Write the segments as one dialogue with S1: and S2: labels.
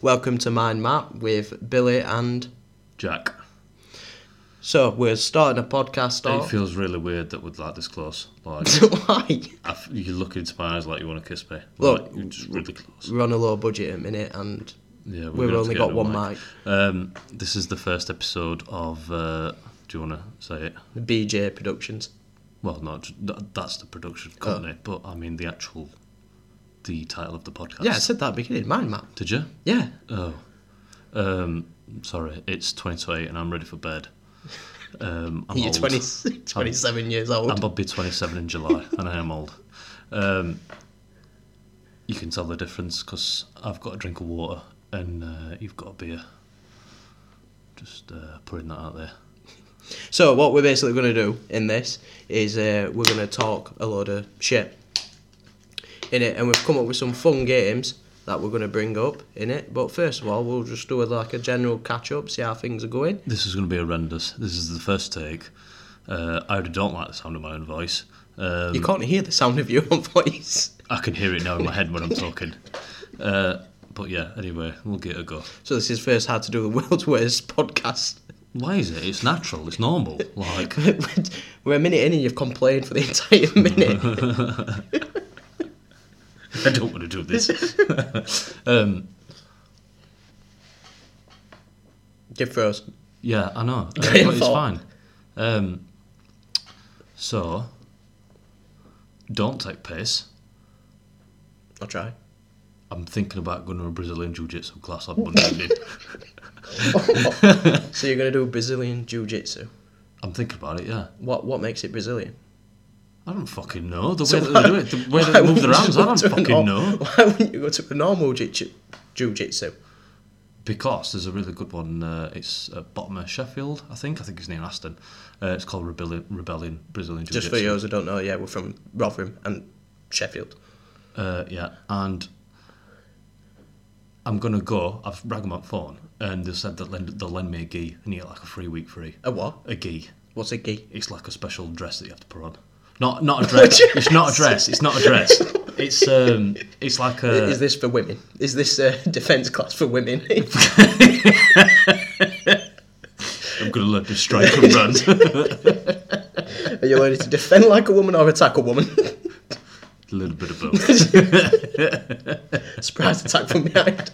S1: Welcome to Mind Map with Billy and.
S2: Jack,
S1: So we're starting a podcast
S2: it
S1: off.
S2: feels really weird that we're like this close. Like,
S1: Why?
S2: I f- you look into my eyes like you want to kiss me.
S1: Look,
S2: Like, you're just really close.
S1: We're on a low budget at the minute and
S2: Yeah, we're
S1: we've
S2: gonna have
S1: only
S2: to
S1: got
S2: get another
S1: one mic.
S2: Um, this is the first episode of. Uh, do you want to say it?
S1: BJ Productions.
S2: Well, not j- th- that's the production
S1: Oh.
S2: company, but I mean the actual, the title of the podcast.
S1: Yeah, I said that at the beginning. Mind Map.
S2: Did you?
S1: Yeah.
S2: Oh, um, sorry. It's twenty to eight, and I'm ready for bed. Um, I'm
S1: You're
S2: old.
S1: 20, 27 years old.
S2: I'm about to be 27 in July, and I am old. Um, you can tell the difference because I've got a drink of water and uh, you've got a beer. Just uh, putting that out there.
S1: So what we're basically going to do in this is uh, we're going to talk a load of shit in it, and we've come up with some fun games that we're going to bring up in it. But first of all, we'll just do a, like a general catch up, see how things are going.
S2: This is going to be horrendous. This is the first take. Uh, I already don't like the sound of my own voice. Um,
S1: You can't hear the sound of your own voice.
S2: I can hear it now in my head when I'm talking. Uh, but yeah, anyway, we'll give it a go.
S1: So this is first how to do the world's worst podcast.
S2: Why is it? It's natural. It's normal. Like,
S1: we're a minute in, and you've complained for the entire minute.
S2: I don't want to do this. um,
S1: Give first.
S2: Yeah, I know. Uh, but
S1: Your
S2: it's
S1: fault.
S2: fine. Um, so, don't take piss.
S1: I'll try.
S2: I'm thinking about going to a Brazilian Jiu Jitsu class on Monday evening.
S1: So you're going to do Brazilian Jiu Jitsu.
S2: I'm thinking about it, yeah.
S1: What what makes it Brazilian?
S2: I don't fucking know. The way that they do it, the way that they move their arms, I don't fucking know.
S1: Why wouldn't you go to a normal jiu-jitsu?
S2: Because there's a really good one, uh, it's at bottom of Sheffield, I think. I think it's near Aston. Uh, it's called Rebellion, Rebellion Brazilian Jiu
S1: Just
S2: Jitsu.
S1: for those who don't know, yeah, we're from Rotherham and Sheffield.
S2: Uh, yeah, and I'm gonna go. I've rang them up phone, and they said that lend, they'll lend me a gi, and you get like a free week free.
S1: A what?
S2: A gi.
S1: What's a gi?
S2: It's like a special dress that you have to put on. Not not a dress. it's not a dress. It's not a dress. It's um. It's like a.
S1: Is this for women? Is this a defence class for women?
S2: I'm gonna learn to strike and run.
S1: Are you learning to defend like a woman or attack a woman?
S2: a little bit of both.
S1: Surprise attack from behind.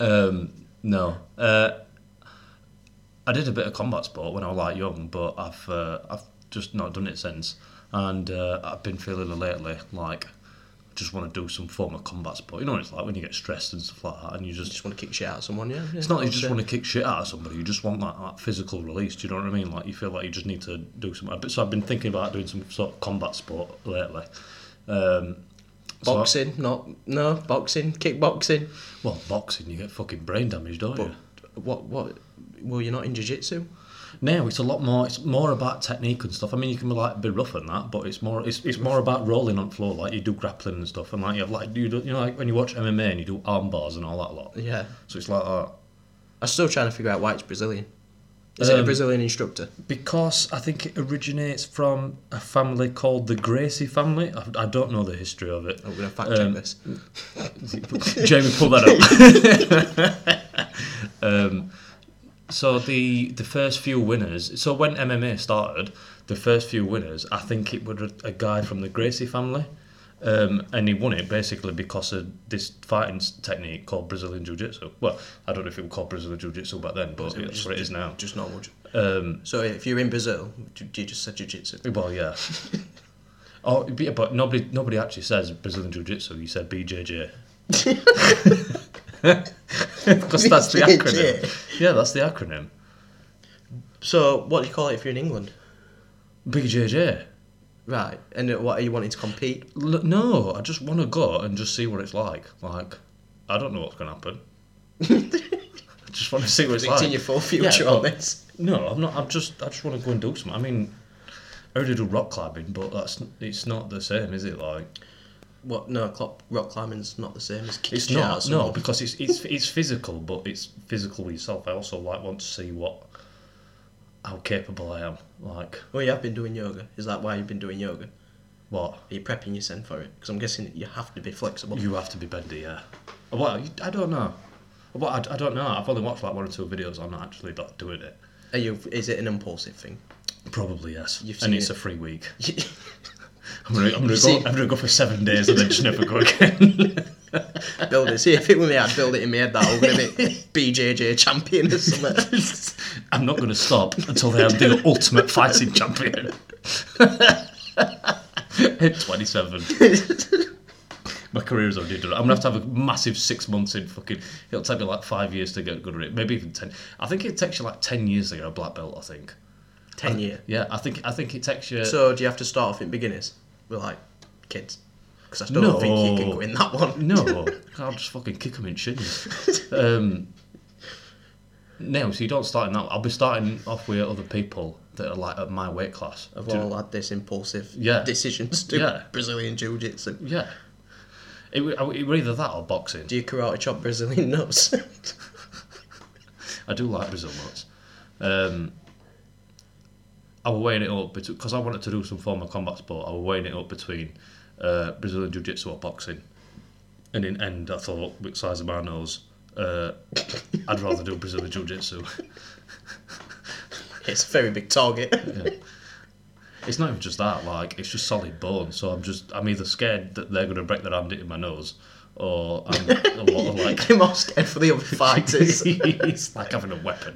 S2: Um. No. Uh. I did a bit of combat sport when I was like young, but I've uh, I've just not done it since, and uh, I've been feeling lately like just want to do some form of combat sport. You know what it's like when you get stressed and stuff like that, and you just
S1: Just want to kick shit out of someone, yeah.
S2: it's not that you just want to kick shit out of somebody. You just want that, that physical release. Do you know what I mean? Like you feel like you just need to do some. But so I've been thinking about doing some sort of combat sport lately. Um, so I-
S1: boxing, not no boxing, kickboxing.
S2: well, boxing, you get fucking brain damage, don't you?
S1: What what? Well, you're not in jiu-jitsu.
S2: No, it's a lot more. It's more about technique and stuff. I mean, you can like be rough and that, but it's more. It's, it's more about rolling on the floor, like you do grappling and stuff, and like you have like you do, you know like when you watch MMA and you do arm bars and all that lot.
S1: Yeah,
S2: So it's like that
S1: I'm still trying to figure out why it's Brazilian. Is it a
S2: Um,
S1: Brazilian instructor?
S2: because I think it originates from a family called the Gracie family. I, I don't know the history of it.
S1: I'm Oh, gonna fact check
S2: Um,
S1: this.
S2: Jamie, pull that up. um, so the the first few winners. So when MMA started, the first few winners, I think it was a guy from the Gracie family, um, and he won it basically because of this fighting s- technique called Brazilian Jiu Jitsu. Well, I don't know if it was called Brazilian Jiu Jitsu back then, but that's what it is now.
S1: Just normal. ju-
S2: Um,
S1: So if you're in Brazil, do do you just say jiu-jitsu?
S2: well, yeah. Oh, yeah, but nobody, nobody actually says Brazilian Jiu Jitsu. You said BJJ. Because that's the
S1: BJJ.
S2: acronym. Yeah, that's the acronym.
S1: So what do you call it if you're in England?
S2: BJJ.
S1: Right. And uh, what are you wanting to compete?
S2: L- no, I just want to go and just see what it's like. Like, I don't know what's going to happen. I just want to see what it's
S1: Predicting
S2: like.
S1: your full future
S2: Yeah,
S1: on
S2: but-
S1: this.
S2: No, I'm not. I'm just. I just want to go and do some. I mean, I already do rock climbing, but that's. It's not the same, is it? Like.
S1: What? No, clock, rock climbing's not the same as kicking
S2: It's
S1: shit out of
S2: not no
S1: someone.
S2: because it's it's it's physical, but it's physical with yourself. I also like want to see what how capable I am. Like
S1: Well, you have been doing yoga. Is that why you've been doing yoga?
S2: what
S1: Are you prepping yourself for it? Because I'm guessing you have to be flexible.
S2: you have to be bendy, yeah. Well, you- I don't know. Well, I, I don't know. I've only watched like one or two videos. I'm not actually not doing it.
S1: Are you? Is it an impulsive thing?
S2: Probably yes.
S1: You've
S2: and
S1: seen
S2: it's
S1: it.
S2: a free week. I'm gonna, I'm gonna go.
S1: seen-
S2: I'm gonna go for seven days and then just never go again.
S1: build it. See if it were me, I'd build it in my head that I'm gonna be BJJ champion or something.
S2: I'm not gonna stop until they are the ultimate fighting champion. At 27. My career's already done. I'm gonna have to have a massive six months in fucking. It'll take me like five years to get good at it. Maybe even ten. I think it takes you like ten years to get a black belt. I think.
S1: Ten year.
S2: Yeah, I think I think it takes you.
S1: So do you have to start off in beginners? We're like kids, because I still don't think you can
S2: No.
S1: go in that one.
S2: No, I'll just fucking kick him in shins. Um, no, so you don't start in that. I'll be starting off with other people that are like at my weight class.
S1: I've
S2: Do-
S1: all had this impulsive
S2: Yeah.
S1: decisions to
S2: Yeah.
S1: Brazilian jiu jitsu.
S2: yeah, it, wa- it were either that or boxing.
S1: Do you karate chop Brazilian nuts?
S2: I do like Brazil nuts. Um, I was weighing it up because I wanted to do some form of combat sport. I was weighing it up between uh, Brazilian jiu jitsu or boxing, and in end I thought, with the size of my nose, uh, I'd rather do Brazilian jiu jitsu.
S1: it's a very big target.
S2: It's not even just that, like, it's just solid bone. So I'm just, I'm either scared that they're going to break their hand in my nose, or I'm a lot of like.
S1: I'm all scared for the other fighters.
S2: it's like having a weapon.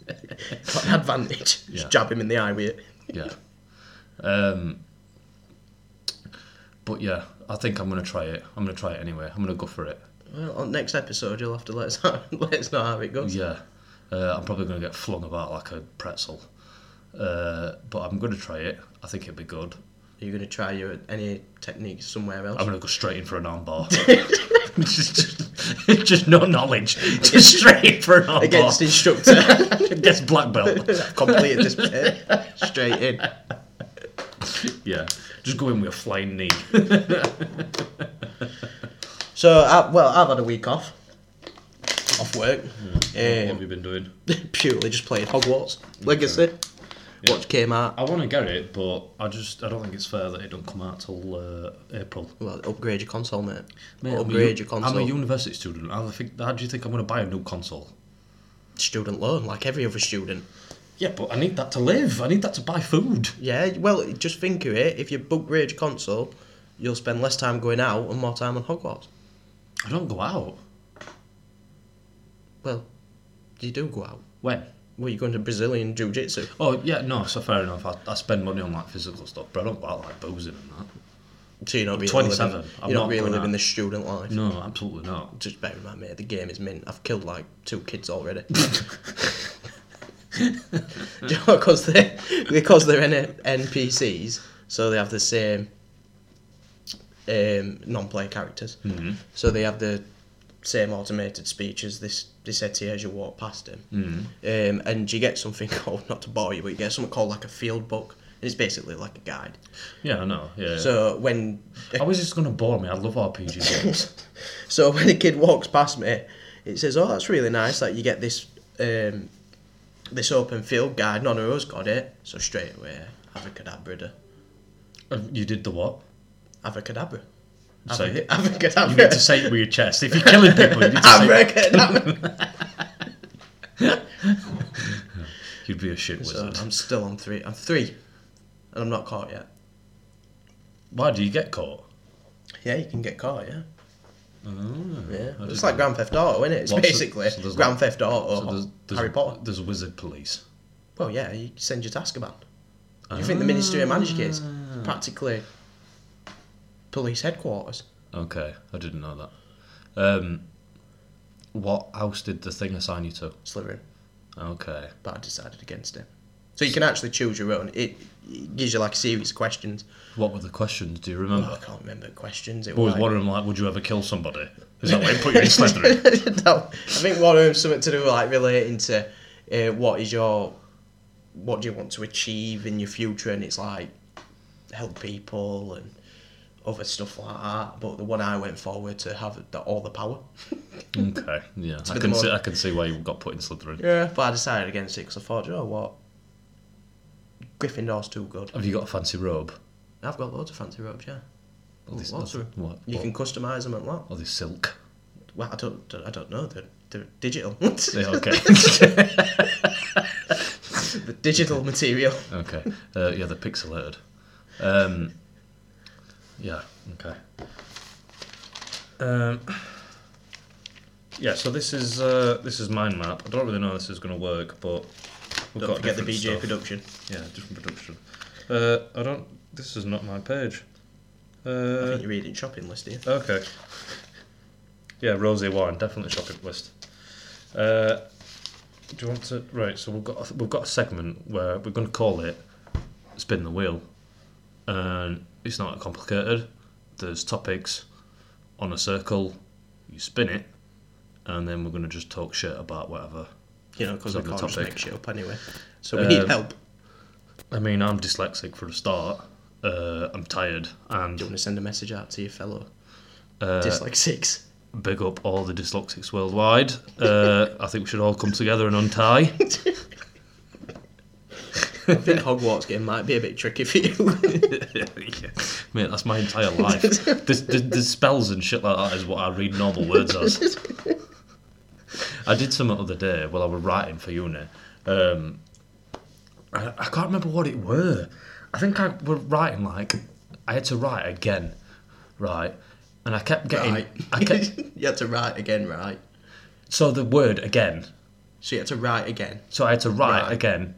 S1: Got an advantage.
S2: Yeah.
S1: Just jab him in the eye with it.
S2: Yeah. Um, but yeah, I think I'm going to try it. I'm going to try it anyway. I'm going to go for it.
S1: Well, on next episode, you'll have to let us know, let us know how it goes.
S2: Yeah. Uh, I'm probably going to get flung about like a pretzel. Uh, but I'm going to try it. I think it'll be good.
S1: Are you going to try your any techniques somewhere else?
S2: I'm gonna go straight in for an armbar. just, just, just no knowledge. Just straight in for an armbar
S1: Against instructor.
S2: against black belt.
S1: Completed this bit. Straight in.
S2: Yeah, just go in with a flying knee.
S1: So, I, well, I've had a week off. Off work.
S2: what
S1: Um,
S2: have you been doing?
S1: purely just played Hogwarts Legacy. Watch came out.
S2: I want to get it, but I just I don't think it's fair that it don't come out till uh, April.
S1: Well, upgrade your console, mate.
S2: Mate, I'm a
S1: upgrade
S2: u-
S1: your console.
S2: I'm a university student. How, the think, how do you think I'm gonna buy a new console?
S1: student loan, like every other student.
S2: Yeah, but I need that to live. I need that to buy food.
S1: Yeah, well, just think of it. If you upgrade your console, you'll spend less time going out and more time on Hogwarts.
S2: I don't go out.
S1: Well, you do go out.
S2: When?
S1: Well, you're going to Brazilian Jiu Jitsu.
S2: Oh yeah, no. So fair enough. I, I spend money on like physical stuff, but I don't go out like boozing and that.
S1: So you're not really
S2: 27.
S1: living,
S2: I'm
S1: you're not,
S2: not
S1: really
S2: going
S1: living
S2: out.
S1: the student life.
S2: No, absolutely not.
S1: Just bear in mind, mate, the game is mint. I've killed like two kids already. Do you know, because they because they're N- NPCs, so they have the same um, non-player characters. Mm-hmm. So they have the same automated speech as this this Etty as you walk past him. Mm-hmm. Um, and you get something called not to bore you, but you get something called like a field book, and it's basically like a guide.
S2: Yeah, I know. Yeah.
S1: So when
S2: I was just gonna bore me. I love RPG games.
S1: So when a kid walks past me, it says, "Oh, that's really nice that you get this um, this open field guide. None of us got it." So straight away, abracadabra, da.
S2: Uh, you did the what?
S1: abracadabra,
S2: Say it. You need to
S1: abracadabra,
S2: say it with your chest. If you're killing people, you need to say it.
S1: abracadabra.
S2: You'd be a shit
S1: so
S2: wizard.
S1: I'm still on three. I'm three, and I'm not caught yet.
S2: Why do you get caught?
S1: Yeah, you can get caught. Yeah. Oh, Yeah,
S2: I
S1: it's
S2: didn't
S1: like Grand Theft Auto, isn't it? It's
S2: Well, so-
S1: basically
S2: so there's
S1: Grand
S2: like-
S1: Theft Auto
S2: So there's, there's,
S1: Oh, Harry Potter.
S2: There's wizard police.
S1: Well, yeah, you send your task about. You think the Ministry of Magic is practically police headquarters?
S2: Okay, I didn't know that. Um, what house did the thing assign you to?
S1: Slytherin,
S2: Okay.
S1: but I decided against it. So you can actually choose your own. It, it gives you like a series of questions.
S2: What were the questions? Do you
S1: Oh,
S2: remember?
S1: I can't remember the questions. It
S2: I was
S1: like-
S2: wondering, like, would you ever kill somebody? Is that why they put you in Slytherin?
S1: no, I think one of them's something to do with like relating to uh, what is your, what do you want to achieve in your future, and it's like help people and other stuff like that. But the one I went for were to have the, all the power.
S2: okay, yeah. I
S1: bit
S2: can
S1: more-
S2: see. I can see why you got put in Slytherin.
S1: Yeah. But I decided against it because I thought, you know what, Gryffindor's too good.
S2: Have you got a fancy robe?
S1: I've got loads of fancy robes, yeah.
S2: Or this,
S1: What, sorry?
S2: what?
S1: You
S2: or,
S1: can customize them and what?
S2: or this silk.
S1: Well, I don't, I don't know. They're, they're digital.
S2: Yeah, okay.
S1: the digital material.
S2: okay. Uh, yeah, they're pixelated. Um, yeah, okay. Um, yeah, so this is uh, this is mind map. I don't really know how this is going to work, but we've
S1: Don't
S2: got
S1: forget the
S2: different
S1: BJ
S2: stuff.
S1: production.
S2: Yeah, different production. Uh, I don't. This is not my page.
S1: I
S2: Uh,
S1: think you're reading shopping list here.
S2: okay. Yeah, Rosie Warren definitely shopping list. Uh, do you want to? Right, so we've got we've got a segment where we're going to call it "Spin the Wheel," and it's not complicated. There's topics on a circle. You spin it, and then we're going to just talk shit about whatever.
S1: You know, because
S2: It's
S1: we
S2: on
S1: can't
S2: the
S1: just
S2: topic.
S1: make shit up anyway. So we need
S2: Um,
S1: help.
S2: I mean, I'm dyslexic for a start. Uh, I'm tired and
S1: Do you want to send a message out to your fellow
S2: Uh,
S1: dyslexics?
S2: big up all the dyslexics worldwide. Uh, I think we should all come together and untie.
S1: I think Hogwarts game might be a bit tricky for you.
S2: Mate, that's my entire life. The, the, the spells and shit like that is what I read normal words as. I did some other day while I was writing for uni. Um, I, I can't remember what it were. I think I were writing like I had to write again, right? And I kept getting.
S1: right.
S2: I kept,
S1: you had to write again, right?
S2: so the word again.
S1: So you had to write again.
S2: So I had to write
S1: Right.
S2: again.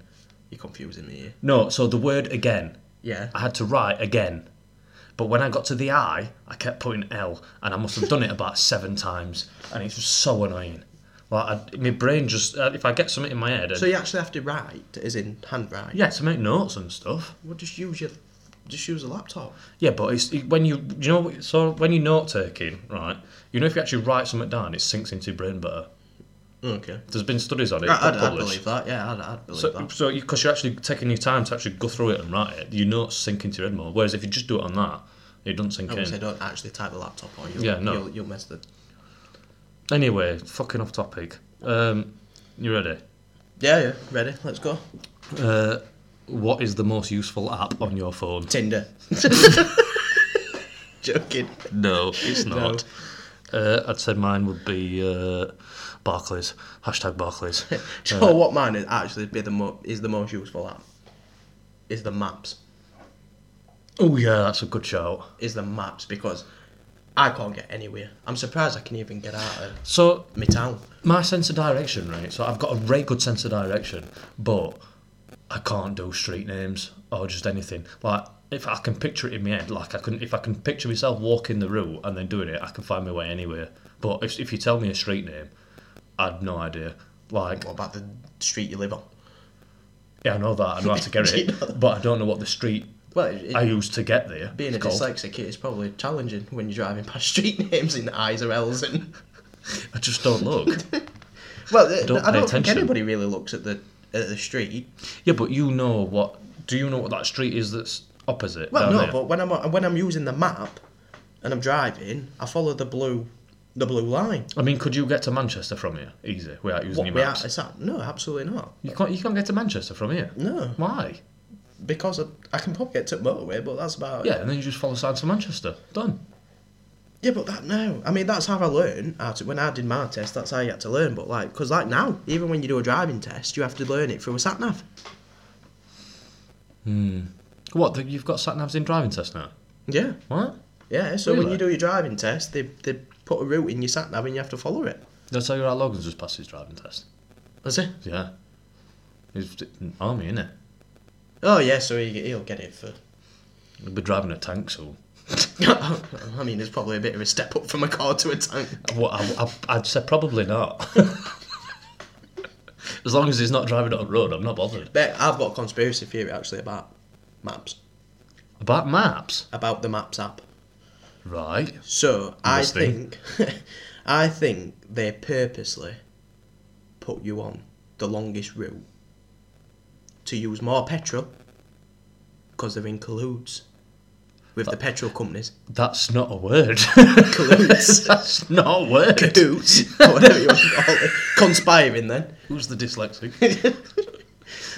S1: You're confusing me here. Uh,
S2: No, so the word again.
S1: Yeah.
S2: I had to write again. But when I got to the I, I kept putting L, and I must have done it about seven times, and it's just so annoying. Like I, my brain just, uh, if I get something in my head,
S1: So
S2: so,
S1: you actually have to write, as in handwrite.
S2: yeah, to make notes and stuff.
S1: Well, just use your, just use a laptop.
S2: Yeah, but it's it, when you, you know, so when you note taking, right? You know, if you actually write something down, it sinks into your brain better.
S1: Okay.
S2: There's been studies on it.
S1: I, I'd, I'd
S2: published.
S1: believe that. Yeah, I'd, I'd believe
S2: So,
S1: that.
S2: so because you, are actually taking your time to actually go through it and write it, your notes sink into your head more. Whereas if you just do it on that, it doesn't sink
S1: I would say
S2: in.
S1: don't actually type the laptop or you'll,
S2: Yeah, no.
S1: you'll, you'll mess the...
S2: Anyway, fucking off topic. Um, you ready?
S1: Yeah, yeah. Ready? Let's go.
S2: Uh, what is the most useful app on your phone?
S1: Tinder. Joking.
S2: No, it's not. Uh, I'd say mine would be uh, Barclays. Hashtag Barclays.
S1: So
S2: Uh,
S1: what mine is actually be the mo- is the most useful app? Is the maps.
S2: oh yeah, that's a good shout.
S1: Is the maps because I can't get anywhere. I'm surprised I can even get out of
S2: So
S1: my town.
S2: my sense of direction, right? So I've got a very good sense of direction, but I can't do street names or just anything. Like if I can picture it in my head, like I can, if I can picture myself walking the route and then doing it, I can find my way anywhere. But if if you tell me a street name, I'd no idea. Like
S1: What about the street you live on?
S2: yeah, I know that I know how to get
S1: Do you
S2: it,
S1: know that?
S2: but I don't know what the street
S1: Well, it, it-
S2: I used to get there.
S1: being
S2: is
S1: a
S2: called.
S1: dyslexic, it's probably challenging when you're driving past street names in I's or L's and.
S2: I just don't look.
S1: Well, I
S2: Don't
S1: don't, I don't
S2: pay
S1: think
S2: attention.
S1: anybody really looks at the at the street.
S2: yeah, but you know what? Do you know what that street is that's opposite?
S1: Well,
S2: down
S1: no,
S2: there?
S1: but when I'm when I'm using the map and I'm driving, I follow the blue the blue line.
S2: I mean, could you get to Manchester from here easy without using
S1: What
S2: your
S1: we
S2: maps?
S1: are, is that? No, absolutely not.
S2: You can't. You can't get to Manchester from here.
S1: No,
S2: Why?
S1: because I, I can probably get to the motorway, but that's about
S2: Yeah, and then you just follow signs to Manchester. Done.
S1: Yeah, but that no. I mean, that's how I learned. How to, when I did my test, that's how you had to learn. But like, because like now, even when you do a driving test, you have to learn it through a sat nav.
S2: What? The, you've got sat navs in driving test now.
S1: Yeah,
S2: What?
S1: yeah. So when
S2: Really?
S1: you do your driving test, they they put a route in your sat nav and you have to follow it.
S2: Did I tell you that Logan's just passed his driving test?
S1: That's it.
S2: Yeah. He's in the army, innit?
S1: Oh yeah, so he, he'll get it for.
S2: He'll be driving a tank soon.
S1: I mean, it's probably a bit of a step up from a car to a tank.
S2: Well, I, I, I'd say probably not. as long as he's not driving on a road, I'm not bothered.
S1: But I've got a conspiracy theory actually about maps,
S2: About maps,
S1: about the maps app.
S2: right?
S1: So I
S2: Interesting.
S1: think, I think they purposely put you on the longest route to use more petrol because they're in colludes with the petrol companies.
S2: That's not a word.
S1: Colludes.
S2: That's not a word.
S1: Colludes. or whatever you want to call it. Conspiring then.
S2: Who's the dyslexic?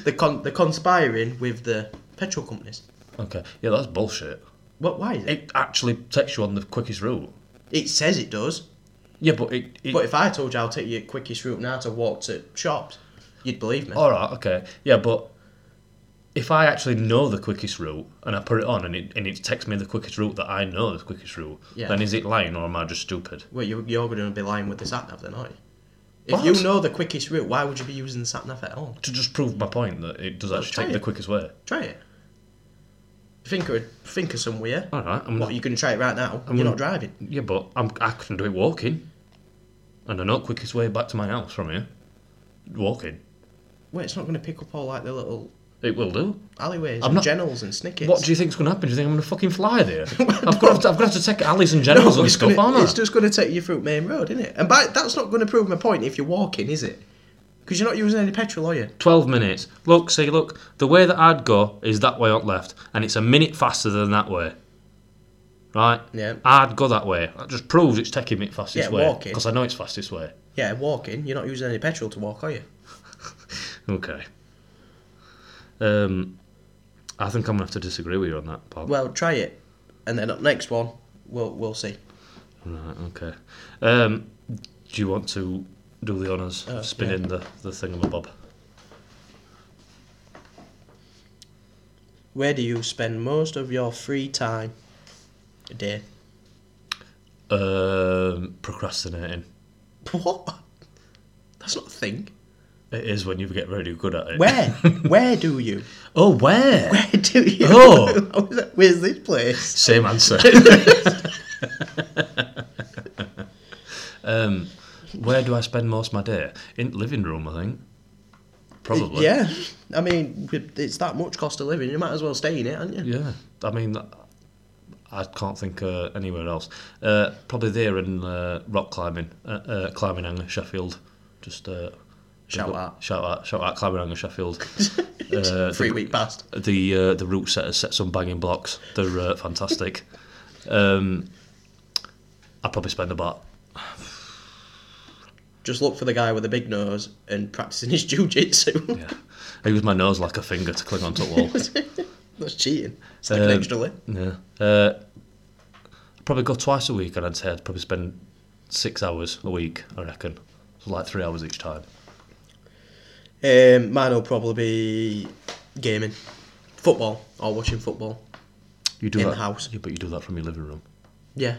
S1: They're, con- they're conspiring with the petrol companies.
S2: okay, yeah, that's bullshit.
S1: What? Why? Is it?
S2: It actually takes you on the quickest route.
S1: it says it does.
S2: Yeah, but it. it
S1: But if I told you I'll take you the quickest route now to walk to shops, you'd believe me.
S2: all right, okay, yeah, but if I actually know the quickest route and I put it on and it and it takes me the quickest route that I know the quickest route,
S1: Yeah.
S2: then is it lying or am I just stupid?
S1: Well, you, you're going to be lying with the sat nav then, aren't you? If
S2: What?
S1: you know the quickest route, why would you be using the sat nav at all?
S2: To just prove my point that it does actually
S1: try
S2: take the
S1: it.
S2: quickest way.
S1: Try it. Think of think of somewhere.
S2: All right, I'm
S1: What you going to try it right now?
S2: I'm
S1: You're
S2: gonna-
S1: not driving.
S2: Yeah, but I'm, I can do it walking. And I know the quickest way back to my house from here. Walking.
S1: Well, it's not going to pick up all like the little
S2: It will do.
S1: alleyways
S2: I'm
S1: and
S2: not-
S1: generals and snickets.
S2: What do you think's going to happen? Do you think I'm going to fucking fly there? I've got to, I've got to take alleys and generals and
S1: it's,
S2: stuff,
S1: gonna, it's
S2: aren't I?
S1: just going to take you through main road, isn't it? And by, that's not going to prove my point if you're walking, is it? Because you're not using any petrol, are you?
S2: 12 minutes. Look, see, look, the way that I'd go is that way on left, and it's a minute faster than that way. Right?
S1: Yeah.
S2: I'd go that way. That just proves it's taking me fastest
S1: Yeah,
S2: way.
S1: walking.
S2: Because I know it's fastest way.
S1: Yeah, walking. You're not using any petrol to walk, are you?
S2: Okay. Um, I think I'm going to have to disagree with you on that, Bob.
S1: Well, try it, and then up next one, we'll we'll see.
S2: Right, okay. Um, do you want to do the honours?
S1: Uh,
S2: Spin
S1: yeah.
S2: in the, the thingamabob.
S1: Where do you spend most of your free time a day?
S2: Um, procrastinating.
S1: What? That's not a thing.
S2: It is when you get really good at it.
S1: Where? where do you?
S2: Oh, where?
S1: Where do you?
S2: Oh.
S1: I was like, Where's this place?
S2: Same answer. um, where do I spend most of my day? In living room, I think. Probably.
S1: Yeah. I mean, it's that much cost of living. You might as well stay in it, aren't you?
S2: Yeah. I mean, I can't think uh, anywhere else. Uh, probably there in uh, rock climbing, uh, uh, climbing hanger, Sheffield. Just uh,
S1: Shout
S2: big up-
S1: out.
S2: shout out, shout out, climbing hanger, Sheffield. uh,
S1: Three
S2: the,
S1: week past.
S2: The uh, the route setters set some banging blocks. They're uh, fantastic. um, I probably spend about
S1: Just look for the guy with the big nose and practicing his jujitsu.
S2: yeah. I use my nose like a finger to cling onto a wall.
S1: That's cheating. It's like an
S2: Um,
S1: extra leg.
S2: Yeah. Uh, I probably go twice a week, and I'd say I'd probably spend six hours a week, I reckon. So like three hours each time.
S1: Um, mine will probably be gaming, football, or watching football.
S2: You do
S1: In
S2: that,
S1: the house.
S2: Yeah, but you do that from your living room.
S1: Yeah.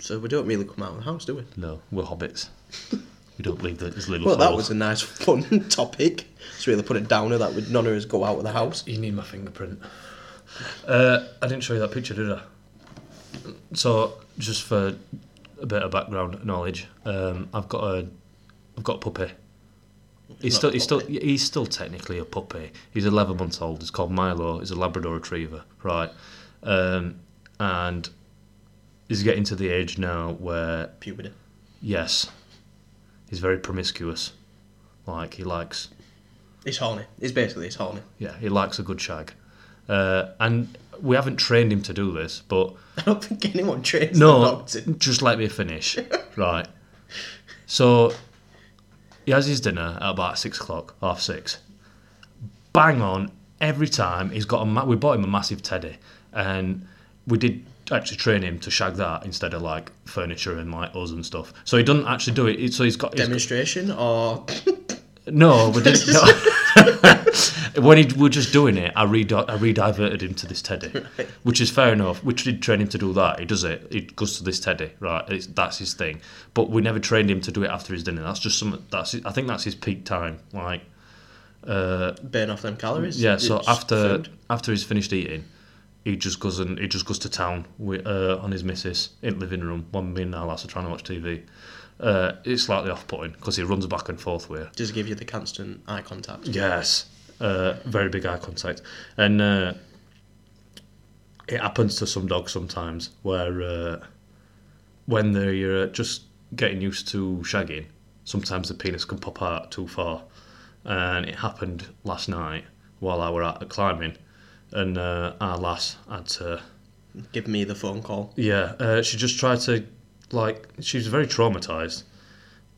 S1: So we don't really come out of the house, do we?
S2: No, we're hobbits. we don't leave the this little
S1: Well, that
S2: hole.
S1: was a nice, fun topic. It's really put a downer that would none of us go out of the house.
S2: You need my fingerprint. Uh, I didn't show you that picture, did I? So, just for a bit of background knowledge, um, I've got a, I've got a puppy. He's
S1: Not
S2: still,
S1: a
S2: he's still, he's still technically a puppy. He's eleven months old. He's called Milo. He's a Labrador Retriever, right? Um, and he's getting to the age now where
S1: Puberty.
S2: yes, he's very promiscuous. Like he likes
S1: It's horny. It's basically it's horny.
S2: yeah, he likes a good shag. Uh, and we haven't trained him to do this, but
S1: I don't think anyone trains the
S2: no,
S1: dog to.
S2: just let me finish. right. So he has his dinner at about six o'clock, half six. Bang on every time he's got a. Ma- we bought him a massive teddy, and we did actually train him to shag that instead of like furniture and like us and stuff. So he doesn't actually do it. So he's got. he's got-
S1: Demonstration or
S2: no, we didn't. no. when he, we were just doing it, I re I re-diverted him to this teddy, which is fair enough. We did train him to do that. He does it. He goes to this teddy, right? It's, that's his thing. But we never trained him to do it after his dinner. That's just some. That's his- I think that's his peak time. Like
S1: burn off them calories.
S2: yeah. So
S1: It's
S2: after
S1: food.
S2: after he's finished eating, he just goes and he just goes to town with, uh, on his missus in the living room when me and our lass are trying to watch TV. Uh, it's slightly off-putting because he runs back and forth with. her.
S1: just give you the constant eye contact.
S2: Yes, uh, very big eye contact, and uh, it happens to some dogs sometimes where uh, when they're uh, just getting used to shagging, sometimes the penis can pop out too far, and it happened last night while I were out climbing, and uh, our lass had to.
S1: Give me the phone call.
S2: Yeah, uh, she just tried to, like, she was very traumatized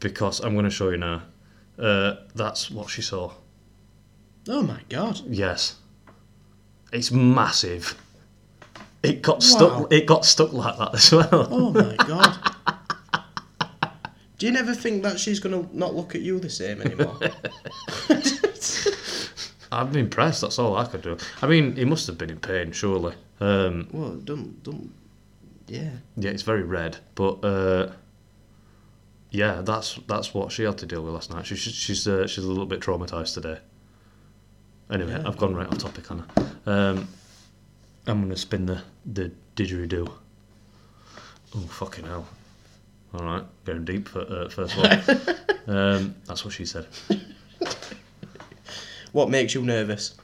S2: because I'm going to show you now. Uh, that's what she saw.
S1: Oh my god.
S2: Yes. It's massive. It got stuck.
S1: Wow.
S2: It got stuck like that as well.
S1: Oh my god. Do you never think that she's gonna not look at you the same anymore?
S2: I'm impressed. That's all I could do. I mean, he must have been in pain, surely. Um,
S1: well, don't don't. Yeah.
S2: yeah, it's very red, but uh, yeah, that's that's what she had to deal with last night. She's she's uh, she's a little bit traumatized today. Anyway,
S1: Yeah.
S2: I've gone right off topic, Anna. Um, I'm gonna spin the the didgeridoo. Oh fucking hell! All right, going deep for uh, first one. um, that's what she said.
S1: What makes you nervous?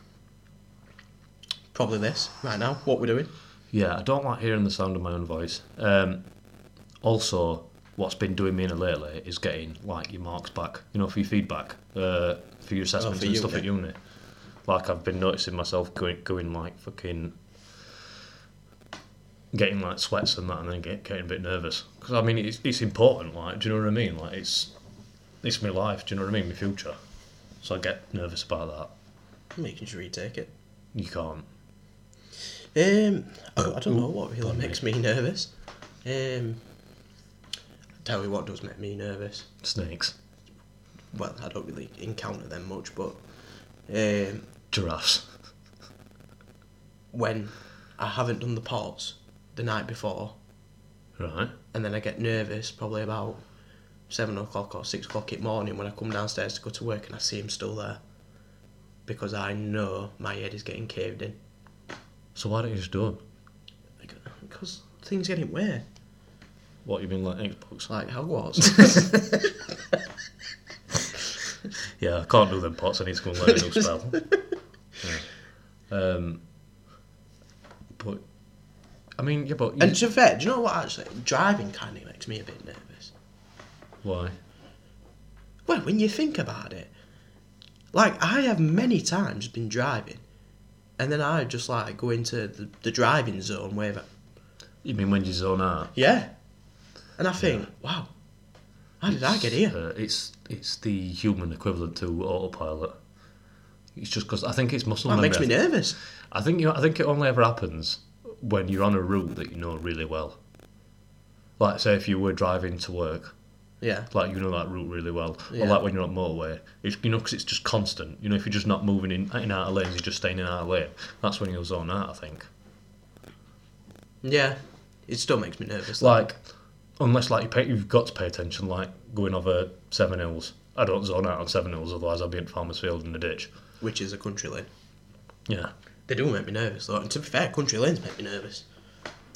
S1: Probably this right now. What we're doing.
S2: Yeah, I don't like hearing the sound of my own voice. Um, also, what's been doing me in a lately is getting like your marks back, you know, for your feedback, uh, for your assessments
S1: for
S2: and stuff at
S1: uni.
S2: uni. Like I've been noticing myself going, going like fucking, getting like sweats and that, and then get, getting a bit nervous. Because I mean, it's, it's important. Like, do you know what I mean? Like, it's it's my life. Do you know what I mean? My future. So I get nervous about that.
S1: Making sure you take it.
S2: You can't.
S1: Um, I don't know what really makes me nervous. Um, tell you what does make me nervous.
S2: Snakes,
S1: Well, I don't really encounter them much, but um,
S2: giraffes.
S1: when I haven't done the parts the night before,
S2: Right.
S1: and then I get nervous probably about seven o'clock or six o'clock in the morning when I come downstairs to go to work and I see him still there because I know my head is getting caved in
S2: So why don't you just do them?
S1: because things getting weird
S2: What you mean like Xbox?
S1: like Hogwarts.
S2: Yeah, I can't do them pots. I need to go and learn a new spell. Yeah. Um, but I mean, yeah, but you,
S1: and to be fair, do you know what actually driving kind of makes me a bit nervous.
S2: why?
S1: Well, when you think about it, like I have many times been driving, and then I just like go into the, the driving zone where, the-
S2: You mean when you zone out?
S1: yeah, and I think, wow, how did I get here?
S2: Uh, it's it's the human equivalent to autopilot. It's just because I think it's muscle
S1: That
S2: memory.
S1: makes me nervous.
S2: I think you. I think it only ever happens when you're on a route that you know really well. Like say if you were driving to work
S1: Yeah,
S2: like you know that route really well, or
S1: Yeah.
S2: like when you're on motorway, it's you know 'cause it's just constant. You know, if you're just not moving in, in out of lanes, you're just staying in out of lane. That's when you'll zone out, I think.
S1: yeah, it still makes me nervous. though.
S2: Like, unless like you pay, you've got to pay attention, like going over Seven Hills. I don't zone out on Seven Hills, otherwise I'll be in Farmer's Field in the ditch.
S1: which is a country lane.
S2: Yeah,
S1: They do make me nervous though, and to be fair, country lanes make me nervous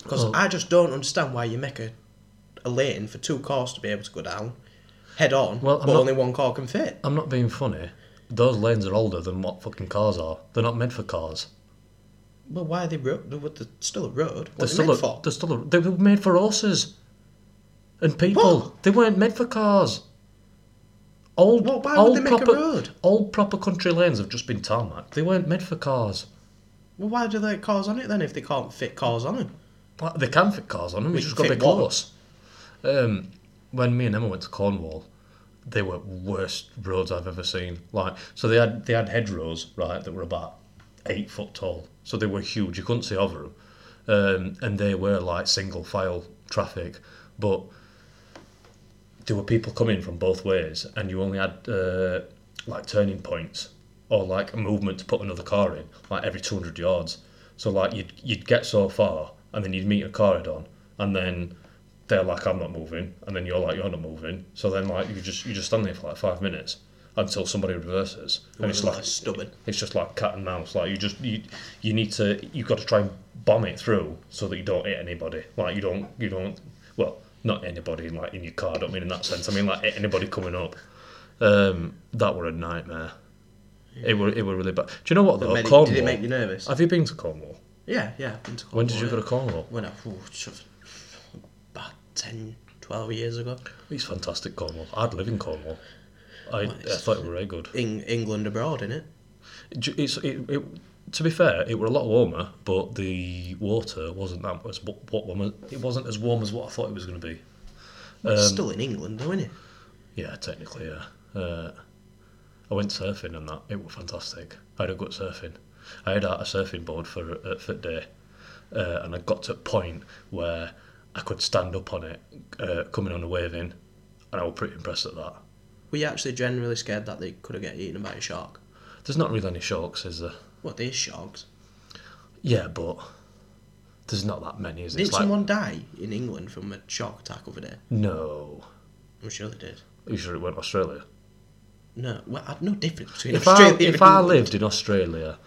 S1: because
S2: Well-
S1: I just don't understand why you make a a lane for two cars to be able to go down head on,
S2: Well, I'm
S1: but
S2: not-
S1: only one car can fit.
S2: I'm not being funny. Those lanes are older than what fucking cars are. They're not meant for cars.
S1: Well, why are they road? There's still a road.
S2: They're
S1: What's it
S2: still,
S1: meant
S2: a-
S1: for?
S2: they're still a- they were made for horses and people. They weren't meant for cars. Old,
S1: Well, why would
S2: old
S1: they make a
S2: proper,
S1: road?
S2: Old proper country lanes have just been tarmac. They weren't meant for cars.
S1: Well, why do they have cars on it then if they can't fit cars on them?
S2: Like, they can fit cars on them. We
S1: We
S2: just got
S1: can
S2: to be
S1: fit what?
S2: close. Um, when me and Emma went to Cornwall, they were worst roads I've ever seen. Like, so they had they had hedgerows right that were about eight foot tall. So they were huge. You couldn't see over them, um, and they were like single file traffic, but there were people coming from both ways, and you only had uh, like turning points or like a movement to put another car in, like every two hundred yards. So like you'd you'd get so far, and then you'd meet a car head on, and then they're like, "I'm not moving," and then you're like, "You're not moving." So then like you just you just stand there for like five minutes until somebody reverses, and it's
S1: Well,
S2: like
S1: they're stubborn.
S2: it's just like cat and mouse. Like you just you you need to you've got to try and bomb it through so that you don't hit anybody. Like you don't you don't well not anybody in like in your car. I don't mean in that sense. I mean like hit anybody coming up. Um, that were a nightmare. It were it were really bad. Do you know what though?
S1: Many-
S2: Cornwall.
S1: did it make you nervous?
S2: Have you been to Cornwall?
S1: yeah, yeah. I've been to
S2: When did you
S1: Cornwall,
S2: go to Cornwall?
S1: yeah. When I oh, shove- about 10, 12 years ago.
S2: It's fantastic Cornwall. I'd live in Cornwall. I, I
S1: it's-
S2: thought it were very good.
S1: In England abroad, innit?
S2: J- It's it, it, to be fair, it were a lot warmer, but the water wasn't that was what, what warm, it wasn't as warm as what I thought it was going to be.
S1: It's
S2: Um,
S1: still in England, though, innit?
S2: Yeah, technically, yeah. Uh, I went surfing and that it was fantastic. I had a good surfing. I had out a surfing board for a a fit day, uh, and I got to a point where I could stand up on it, uh, coming on a waving, and I was pretty impressed at that.
S1: Were you actually generally scared that they could have got eaten by a shark?
S2: There's not really any sharks, is there?
S1: What, they're sharks?
S2: Yeah, but there's not that many, is there?
S1: Didn't
S2: It's like-
S1: someone die in England from a shark attack over there?
S2: No.
S1: I'm sure they did.
S2: Are you sure it went Australia?
S1: No, well, I've no difference between
S2: If I,
S1: Australia and
S2: if I
S1: England.
S2: lived in Australia,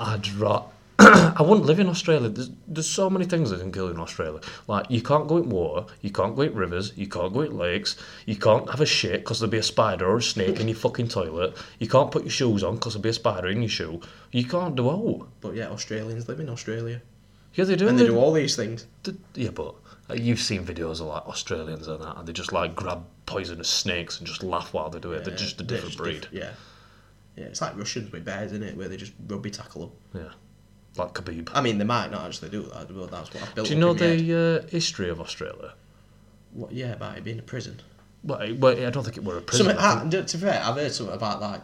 S2: I'd rot. I wouldn't live in Australia. There's, there's so many things that can kill you in Australia. Like, you can't go in water, you can't go in rivers, you can't go in lakes, you can't have a shit because there'll be a spider or a snake in your fucking toilet, you can't put your shoes on because there'll be a spider in your shoe. You can't do all.
S1: But yeah, Australians live in Australia.
S2: Yeah, they do.
S1: And they do all these things.
S2: Th- Yeah, but uh, you've seen videos of like Australians and that, and they just like grab poisonous snakes and just laugh while they do it. They're
S1: Yeah,
S2: just a
S1: they're
S2: different
S1: just
S2: breed.
S1: diff- yeah. Yeah, it's like Russians with bears, isn't it? Where they just rugby tackle them.
S2: Yeah, like Khabib.
S1: I mean, they might not actually do that, but that's what I've built
S2: do you
S1: up
S2: know
S1: in my head.
S2: the uh, history of Australia?
S1: What, yeah, about it being a prison.
S2: Well, it- well, I don't think it were a prison.
S1: Something,
S2: I think-
S1: ah, d- to be fair, I've heard something about like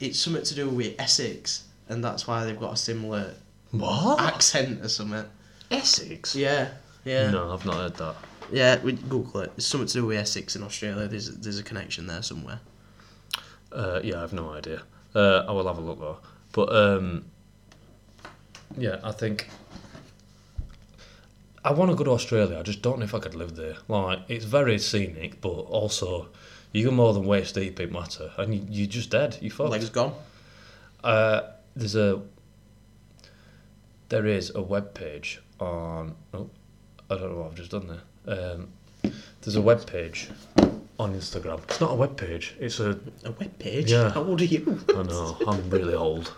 S1: it's something to do with Essex, and that's why they've got a similar
S2: what?
S1: accent or something.
S2: Essex?
S1: Oh. Yeah, yeah,
S2: No, I've not heard that.
S1: yeah. We Google it. It's something to do with Essex in Australia. There's there's a connection there somewhere.
S2: Uh, yeah, I've no idea. Uh, I will have a look though. But um, yeah, I think I want to go to Australia. I just don't know if I could live there. Like, it's very scenic, but also you go more than waist deep in matter, and you, you're just dead. You fucked.
S1: Legs gone.
S2: Uh, there's a there is a web page on oh I don't know what I've just done there. Um, there's a web page on Instagram. It's not a web page. It's a
S1: A web page.
S2: Yeah.
S1: How old are you?
S2: I know I'm really old.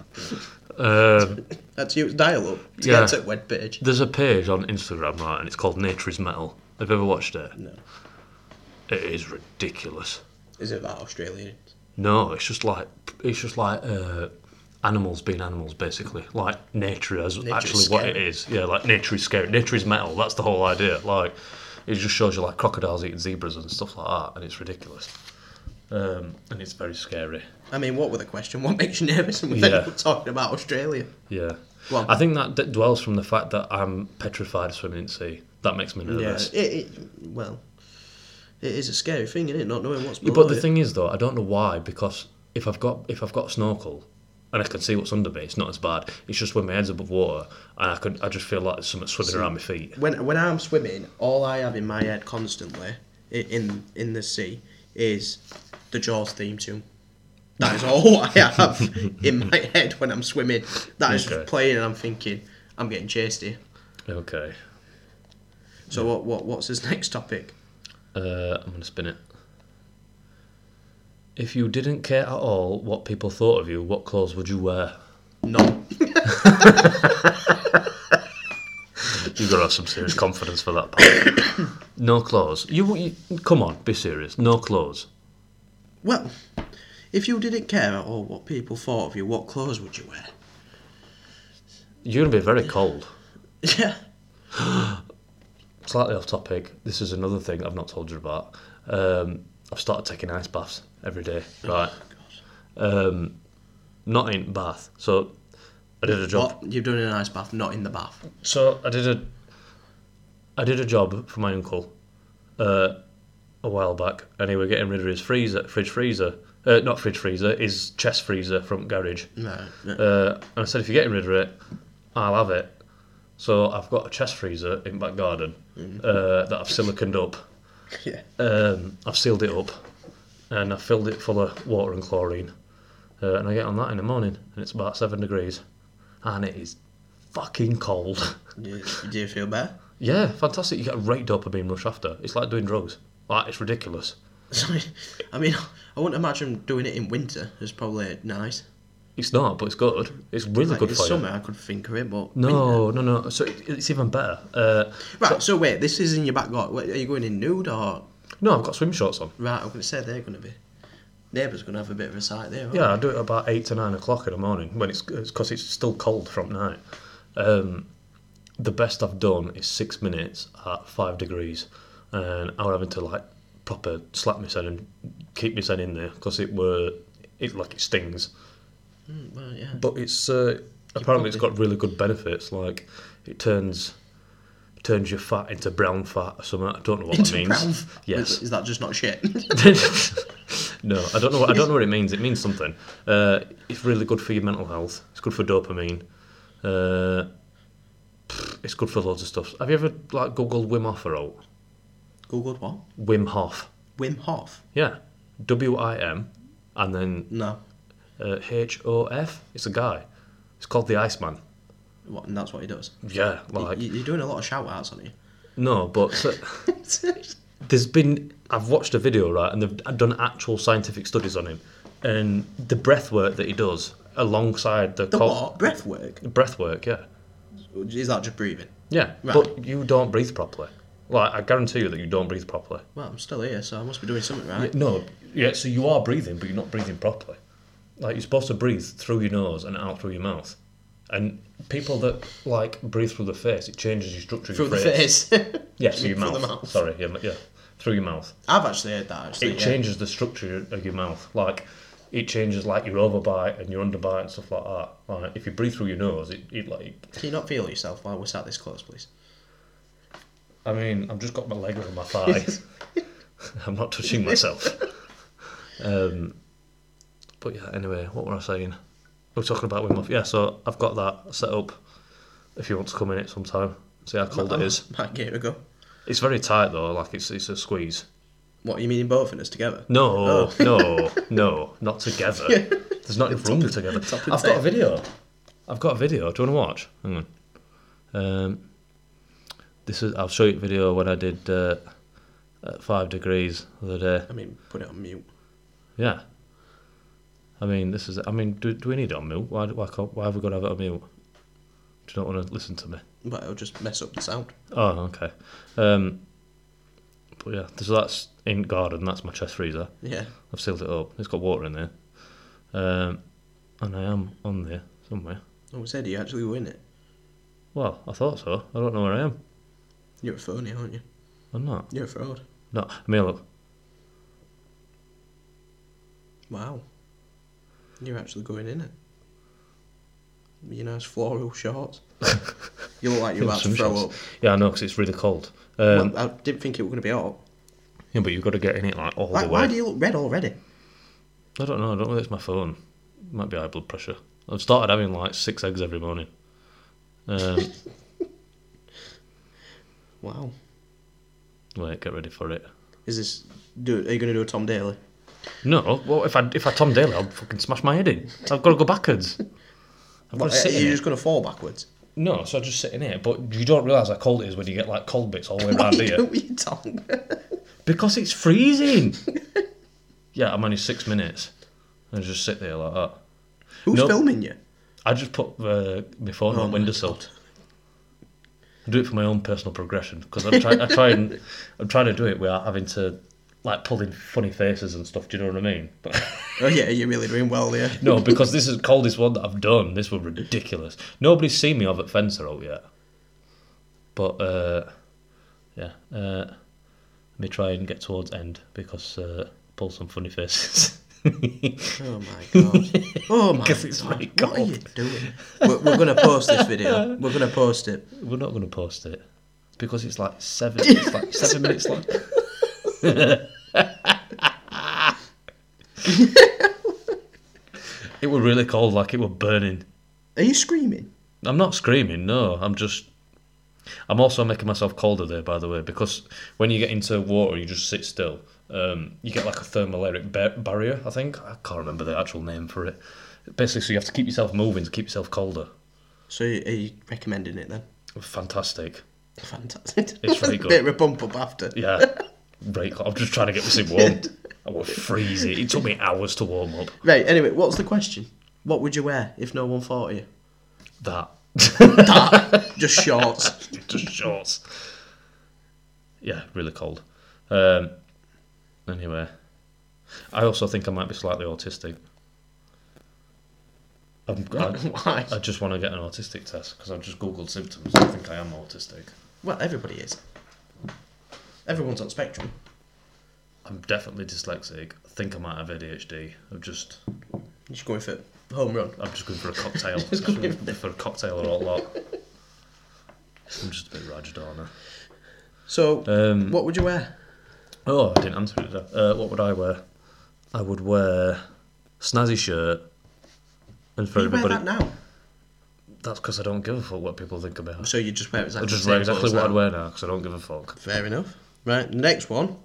S2: Um,
S1: That's you. Dial up to
S2: Yeah.
S1: get to a web page.
S2: there's a page on Instagram right, and it's called Nature is Metal. Have you ever watched it?
S1: No,
S2: It is ridiculous.
S1: is it about Australians?
S2: No, it's just like it's just like uh, animals being animals, basically. Like nature is
S1: Nature's
S2: actually what it
S1: scary.
S2: is. Yeah, like nature is scary. Nature is metal. That's the whole idea. Like it just shows you like crocodiles eating zebras and stuff like that, and it's ridiculous. Um, and it's very scary.
S1: I mean, what were the question? What makes you nervous? And we
S2: Yeah.
S1: ended up talking about Australia.
S2: Yeah.
S1: Well-
S2: I think that d- dwells from the fact that I'm petrified of swimming in sea. That makes me
S1: Yeah,
S2: nervous.
S1: it, it, well, it is a scary thing, isn't it? Not knowing what's
S2: Yeah,
S1: below
S2: but the
S1: it.
S2: thing is, though, I don't know why. Because if I've got if I've got a snorkel, and I can see what's under me, it's not as bad. It's just when my head's above water, and I could I just feel like there's something swimming around my feet.
S1: when when I'm swimming, all I have in my head constantly i- in in the sea is the Jaws theme tune. That is all I have in my head when I'm swimming. That is
S2: Okay.
S1: just playing, and I'm thinking, I'm getting chased here.
S2: Okay,
S1: So what what what's his next topic?
S2: uh, I'm gonna spin it. If you didn't care at all what people thought of you, what clothes would you wear?
S1: No,
S2: You gotta have some serious confidence for that. Part. No clothes. You, you come on, be serious. No clothes.
S1: well, if you didn't care at all what people thought of you, what clothes would you wear?
S2: You're gonna be very cold.
S1: Yeah,
S2: slightly off topic. This is another thing I've not told you about. Um, I've started taking ice baths every day. Right. Um, not in bath. So I did a job.
S1: what you've done in an ice bath, not in the bath.
S2: So I did a. I did a job for my uncle, uh, a while back, and he was getting rid of his freezer, fridge freezer, uh, not fridge freezer, his chest freezer from garage.
S1: No, no.
S2: Uh, and I said, if you're getting rid of it, I'll have it. So I've got a chest freezer in back garden uh, that I've siliconed up.
S1: yeah.
S2: Um, I've sealed it up and I've filled it full of water and chlorine. Uh, and I get on that in the morning and it's about seven degrees and it is fucking cold.
S1: Do you, do you feel better?
S2: yeah, fantastic. You get a right dopamine rush after. It's like doing drugs. Like, it's ridiculous.
S1: Sorry. I mean, I wouldn't imagine doing it in winter is probably nice.
S2: It's not, but it's good. It's really
S1: Like,
S2: good
S1: in
S2: for you.
S1: summer, I could think of it, but winter-
S2: No, no, no. So it, it's even better. Uh,
S1: Right. So wait, this is in your back garden. Wait, Are you going in nude or
S2: no, I've got swim shorts on.
S1: right? I'm gonna say they're gonna be. Neighbours gonna have a bit of a sight there. aren't
S2: Yeah, I do it about eight to nine o'clock in the morning when it's because it's, still cold from night. Um, the best I've done is six minutes at five degrees, and I was having to like proper slap my head and keep my head in there because it were it like it stings.
S1: they? Mm, Well, yeah.
S2: But it's uh, Apparently, it's got really good benefits. Like it turns turns your fat into brown fat or something. I don't know what
S1: Into
S2: that means.
S1: brown-
S2: Yes.
S1: Is that just not shit?
S2: no, I don't know. What, I don't know what it means. It means something. Uh, it's really good for your mental health. It's good for dopamine. Uh, pfft, it's good for loads of stuff. Have you ever like googled Wim Hof or out?
S1: Googled what?
S2: Wim Hof.
S1: Wim Hof?
S2: Yeah. W I M, and then
S1: No.
S2: uh, H O F. It's a guy. It's called the Iceman.
S1: What, and that's what he does.
S2: Yeah, like
S1: you, you're doing a lot of shout outs, aren't you?
S2: no, but so- there's been I've watched a video right, and they've done actual scientific studies on him, and the breath work that he does alongside the,
S1: the
S2: col-
S1: what? Breath work?
S2: breath work, yeah,
S1: Is that just breathing?
S2: yeah,
S1: Right.
S2: but you don't breathe properly. Like I guarantee you that you don't breathe properly.
S1: Well, I'm still here, so I must be doing something right.
S2: No, yeah, so you are breathing, but you're not breathing properly. Like you're supposed to breathe through your nose and out through your mouth. And people that like breathe through the face, it changes your structure. of
S1: Through
S2: your
S1: the face.
S2: Yeah, through your
S1: Through the
S2: mouth.
S1: mouth.
S2: Sorry, yeah, yeah, through your mouth.
S1: I've actually heard that, actually.
S2: it
S1: yeah.
S2: changes the structure of your mouth. Like it changes like your overbite and your underbite and stuff like that. Like if you breathe through your nose, it, it like
S1: Can you not feel yourself while we're sat this close, please?
S2: I mean I've just got my leg over my thigh. I'm not touching myself. um, but yeah, anyway, what were I saying? We We're talking about Wim Hof. Yeah, so I've got that set up. If you want to come in it sometime, see how cold it
S1: Uh-huh.
S2: is.
S1: Might give it a go.
S2: It's very tight though. Like it's it's a squeeze.
S1: What, you meaning both of us together?
S2: No, no, no, not together. There's not enough room together.
S1: Oh. top and
S2: I've got a
S1: tail.
S2: video. I've got a video. Do you want to watch? Hang on. Um, this is. I'll show you a video when I did uh, at five degrees the other day.
S1: I mean, put it on mute.
S2: Yeah. I mean, this is. I mean, do, do we need it on mute? Why why can't, why have we got to have it on mute? Do you not want to listen to me?
S1: But it'll just mess up the sound.
S2: Oh, okay. Um, but yeah, so that's in garden. That's my chest freezer.
S1: Yeah.
S2: I've sealed it up. It's got water in there. Um, and I am on there somewhere.
S1: Oh, we said you actually win it.
S2: Well, I thought so. I don't know where I am.
S1: You're a phony, aren't you?
S2: I'm not.
S1: You're a fraud.
S2: No, I mean, look.
S1: Wow. You're actually going in it. Your nice floral shorts. you look like you're about to
S2: some
S1: throw up.
S2: shots. Yeah, I know, 'cause it's really cold. Um,
S1: well, I didn't think it was going to be hot.
S2: yeah, but you've got to get in it like all
S1: Why,
S2: the
S1: why
S2: way.
S1: do you look red already?
S2: I don't know. I don't know whether it's my phone. might be high blood pressure. I've started having like six eggs every morning. Um,
S1: Wow.
S2: wait, get ready for it.
S1: Is this? Do are you going to do a Tom Daly?
S2: No, well, if I if I Tom Daly, I'll fucking smash my head in. I've got to go backwards. I've got
S1: What,
S2: to
S1: are
S2: sit in
S1: you
S2: it.
S1: just going to fall backwards?
S2: No, so I just sit in here, but you don't realise how cold it is when you get like cold bits all the way
S1: What
S2: around
S1: are you
S2: here.
S1: doing with your tongue?
S2: Because it's freezing. yeah, I'm only six minutes. I just sit there like that.
S1: Who's
S2: No.
S1: filming you?
S2: I just put uh, my phone on
S1: Oh, my
S2: windowsill. I do it for my own personal progression because I'm trying. I try and I'm trying to do it without having to like pull in funny faces and stuff. Do you know what I mean? But
S1: Oh yeah, you're really doing well there.
S2: no, because this is the coldest one that I've done. This was ridiculous. Nobody's seen me off at Fencer out yet. But uh, yeah, uh, let me try and get towards end because uh, pull some funny faces.
S1: Oh my god. Oh my
S2: Because it's
S1: god.
S2: very
S1: What are you
S2: cold.
S1: doing? we're, we're going to post this video. We're going to post it.
S2: We're not going to post it because it's like seven. It's like seven minutes. Like it were really cold, like it were burning.
S1: Are you screaming?
S2: I'm not screaming, no. I'm just. I'm also making myself colder there, by the way, because when you get into water, you just sit still. Um, you get like a thermaleric ba- barrier, I think. I can't remember the actual name for it. Basically, so you have to keep yourself moving to keep yourself colder.
S1: So are you recommending it then?
S2: Fantastic.
S1: Fantastic.
S2: It's really
S1: Bit of a bump up after.
S2: Yeah. Right, I'm just trying to get this thing warm. I will freeze it. It took me hours to warm up.
S1: Right. Anyway, what's the question? What would you wear if no one thought of you?
S2: That.
S1: Just shorts.
S2: just shorts. Yeah, really cold. Um, anyway, I also think I might be slightly autistic. I'm, I,
S1: Why?
S2: I just want to get an autistic test because I've just googled symptoms. I think I am autistic.
S1: well, everybody is. Everyone's on spectrum.
S2: I'm definitely dyslexic. I think I might have ADHD. I've just
S1: You're just going for Home run.
S2: I'm just going for a cocktail.
S1: Just going
S2: Just for a cocktail or a lot. I'm just a bit Raj Dorner.
S1: So,
S2: Um,
S1: what would you wear?
S2: oh, I didn't answer it. did I? Uh, what would I wear? I would wear snazzy shirt. And for
S1: You wear
S2: everybody,
S1: that now.
S2: that's because I don't give a fuck what people think about.
S1: So you just wear
S2: I
S1: exactly,
S2: just
S1: the
S2: wear
S1: same
S2: exactly
S1: clothes
S2: what I'd
S1: now.
S2: wear now because I don't give a fuck.
S1: Fair enough. Right, next one.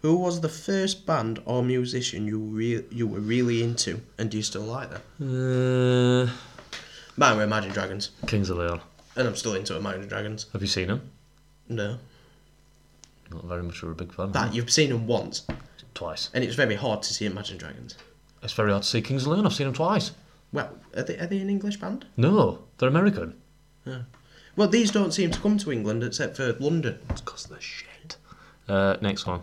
S1: Who was the first band or musician you re- you were really into, and do you still like them?
S2: Uh,
S1: Mine were Imagine Dragons,
S2: Kings of Leon.
S1: and I'm still into Imagine Dragons.
S2: Have you seen him?
S1: No,
S2: Not very much of a big fan.
S1: that you've seen them once,
S2: Twice.
S1: and it's very hard to see Imagine Dragons.
S2: It's very hard to see Kings of Leon. I've seen him twice.
S1: Well, are they are they an English band?
S2: No, they're American.
S1: Well, these don't seem to come to England except for London.
S2: It's because they're shit. Uh, next one.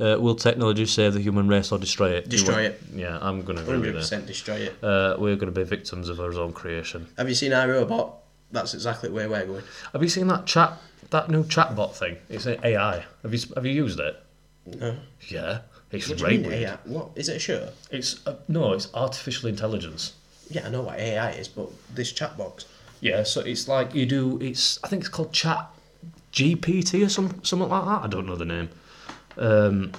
S2: Uh, will technology save the human race or destroy it? You
S1: Destroy
S2: win.
S1: it.
S2: Yeah, I'm going to agree
S1: Hundred
S2: with that.
S1: percent destroy it.
S2: Uh, we're going to be victims of our own creation.
S1: Have you seen iRobot? That's exactly where we're going.
S2: Have you seen that chat, that new chatbot thing? It's a AI. Have you have you used it?
S1: No.
S2: Yeah, it's
S1: What do
S2: right
S1: you mean
S2: weird.
S1: AI? What is it a show?
S2: It's uh, no, it's artificial intelligence.
S1: Yeah, I know what AI is, but this chat box.
S2: Yeah, so it's like you do. It's I think it's called Chat GPT or some something like that. I don't know the name. Um,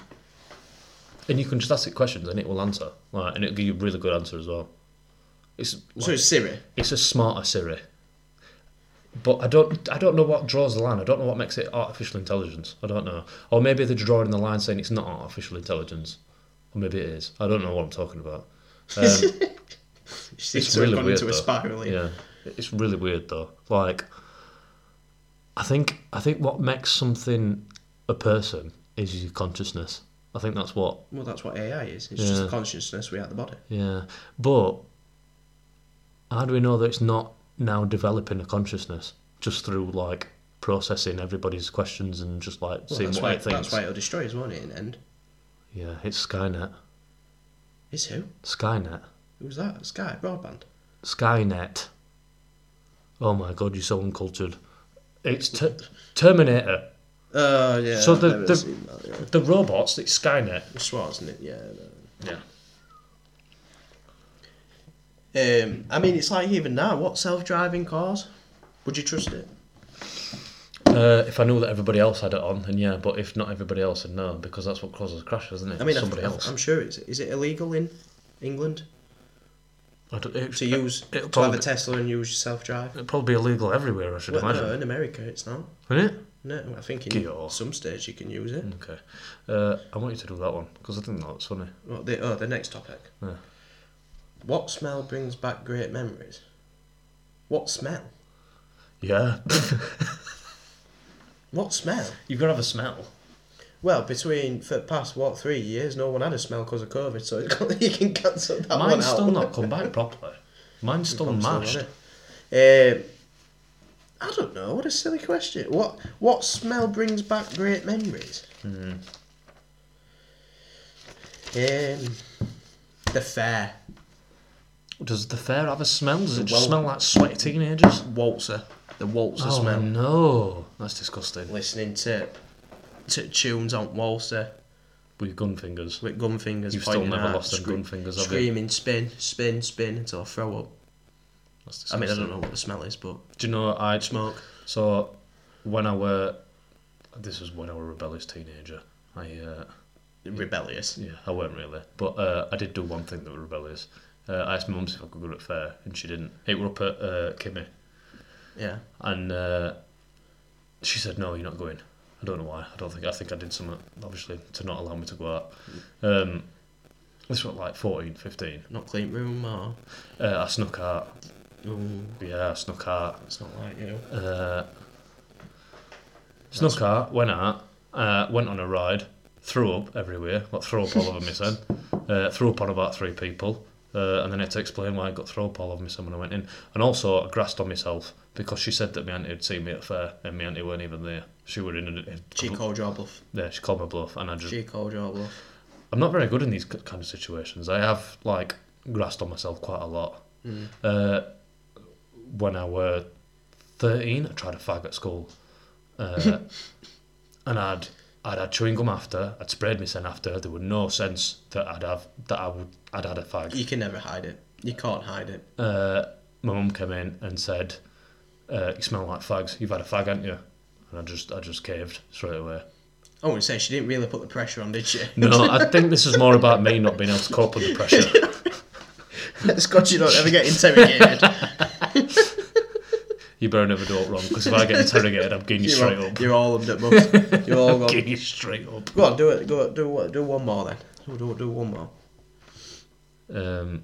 S2: and you can just ask it questions and it will answer. Like, and it'll give you a really good answer as well. It's
S1: So it's Siri.
S2: it's a smarter Siri. But I don't I don't know what draws the line. I don't know what makes it artificial intelligence. I don't know. Or maybe they're drawing the line saying it's not artificial intelligence. Or maybe it is. I don't know what I'm talking about.
S1: Um, It's,
S2: it's
S1: sort of
S2: really
S1: gone
S2: weird.
S1: into a
S2: though.
S1: spiral. here.
S2: Yeah, it's really weird though. Like, I think I think what makes something a person is your consciousness. I think that's what.
S1: Well, that's what AI is. It's just
S2: Yeah.
S1: the consciousness we have the body.
S2: Yeah, but how do we know that it's not now developing a consciousness just through like processing everybody's questions and just like
S1: Well,
S2: seeing
S1: that's
S2: what
S1: why
S2: it thinks?
S1: that's why it'll destroy us, won't it? In the end,
S2: Yeah, it's Skynet.
S1: is who?
S2: Skynet.
S1: Who was that? Sky broadband.
S2: Skynet. Oh my god, you're so uncultured. It's ter- Terminator.
S1: Oh yeah.
S2: So
S1: I've
S2: the-
S1: never
S2: the-
S1: seen that, yeah.
S2: The robots, it's Skynet.
S1: Schwarzenegger. Yeah. no.
S2: Yeah.
S1: Um, I mean, it's like even now, what self-driving cars? Would you trust it?
S2: Uh, if I knew that everybody else had it on, then yeah, but if not everybody else, then no, because that's what causes crashes, isn't it?
S1: I mean, I-
S2: somebody
S1: I,
S2: else.
S1: I'm sure it's is it illegal in England
S2: I don't, it,
S1: to use
S2: it'll
S1: to have
S2: probably,
S1: a Tesla and use your self-drive?
S2: it'll probably be illegal everywhere, I should
S1: Well, no,
S2: imagine.
S1: in America it's not.
S2: Isn't it?
S1: No, I think in
S2: Get off.
S1: some states you can use it.
S2: Okay. Uh, I want you to do that one, because I think that's funny.
S1: Well, the, oh, the next topic.
S2: Yeah.
S1: What smell brings back great memories? What smell?
S2: Yeah.
S1: What smell?
S2: You've got to have a smell.
S1: Well, between for the past what three years, no one had a smell because of COVID, so it's got- you can cancel that one
S2: Mine's
S1: out.
S2: still not come back properly. Mine's still
S1: I'm still
S2: mashed.
S1: on it. Um, I don't know. What a silly question. What what smell brings back great memories?
S2: Hmm.
S1: Um, the fair
S2: Does the fair have a smell? Does it just
S1: Well-
S2: smell like sweaty teenagers?
S1: waltzer, the waltzer
S2: Oh
S1: smell.
S2: no, that's disgusting.
S1: Listening to to tunes on waltzer.
S2: With gun fingers.
S1: with gun fingers.
S2: You've still
S1: pointing
S2: never
S1: out,
S2: lost them gun fingers, have you?
S1: Screaming, spin, spin, spin until I throw up.
S2: That's
S1: I
S2: disgusting.
S1: mean, I don't know what the smell is, but
S2: Do you know I
S1: smoke.
S2: So when I were, this was when I were a rebellious teenager. I uh,
S1: Rebellious.
S2: yeah, I weren't really, but uh, I did do one thing that was rebellious. Uh, I asked my mum if I could go to the fair, and she didn't. It were up at uh, Kimmy,
S1: Yeah.
S2: and uh, she said, "No, you're not going." I don't know why. I don't think. I think I did something obviously to not allow me to go out. Um, this was like 14, 15.
S1: Not clean room or.
S2: Uh, I snuck out.
S1: Ooh,
S2: Yeah, I snuck out.
S1: it's not like you.
S2: Uh, snuck out, went out, uh, went on a ride, threw up everywhere, got throw up all over me son, uh, threw up on about three people, uh, and then had to explain why I got throw up all over me son when I went in. And also, I grassed on myself because she said that my auntie had seen me at fair, and my auntie weren't even there. She were in a.
S1: She called your bluff.
S2: Yeah, she called my bluff, and I just.
S1: She called your bluff.
S2: I'm not very good in these k- kind of situations. I have like grasped on myself quite a lot. Uh, when I were 13, I tried a fag at school, uh, and I'd I'd had chewing gum after. I'd sprayed myself after. There was no sense that I'd have that I would I'd had a fag.
S1: You can never hide it. You can't hide it.
S2: uh, my mum came in and said, uh, "You smell like fags. You've had a fag, haven't you?" And I just, I just caved straight away.
S1: I wouldn't say she didn't really put the pressure on, did she?
S2: No, I think this is more about me not being able to cope with the pressure.
S1: Scotch, you don't ever get interrogated.
S2: You better never do it wrong because if I get interrogated, I'm getting you
S1: you're,
S2: straight
S1: all,
S2: up.
S1: you're all of them. You're all
S2: I'm
S1: gone.
S2: getting you straight up.
S1: Go on, do it. Go do what? Do one more then. Do do, do one more.
S2: Um,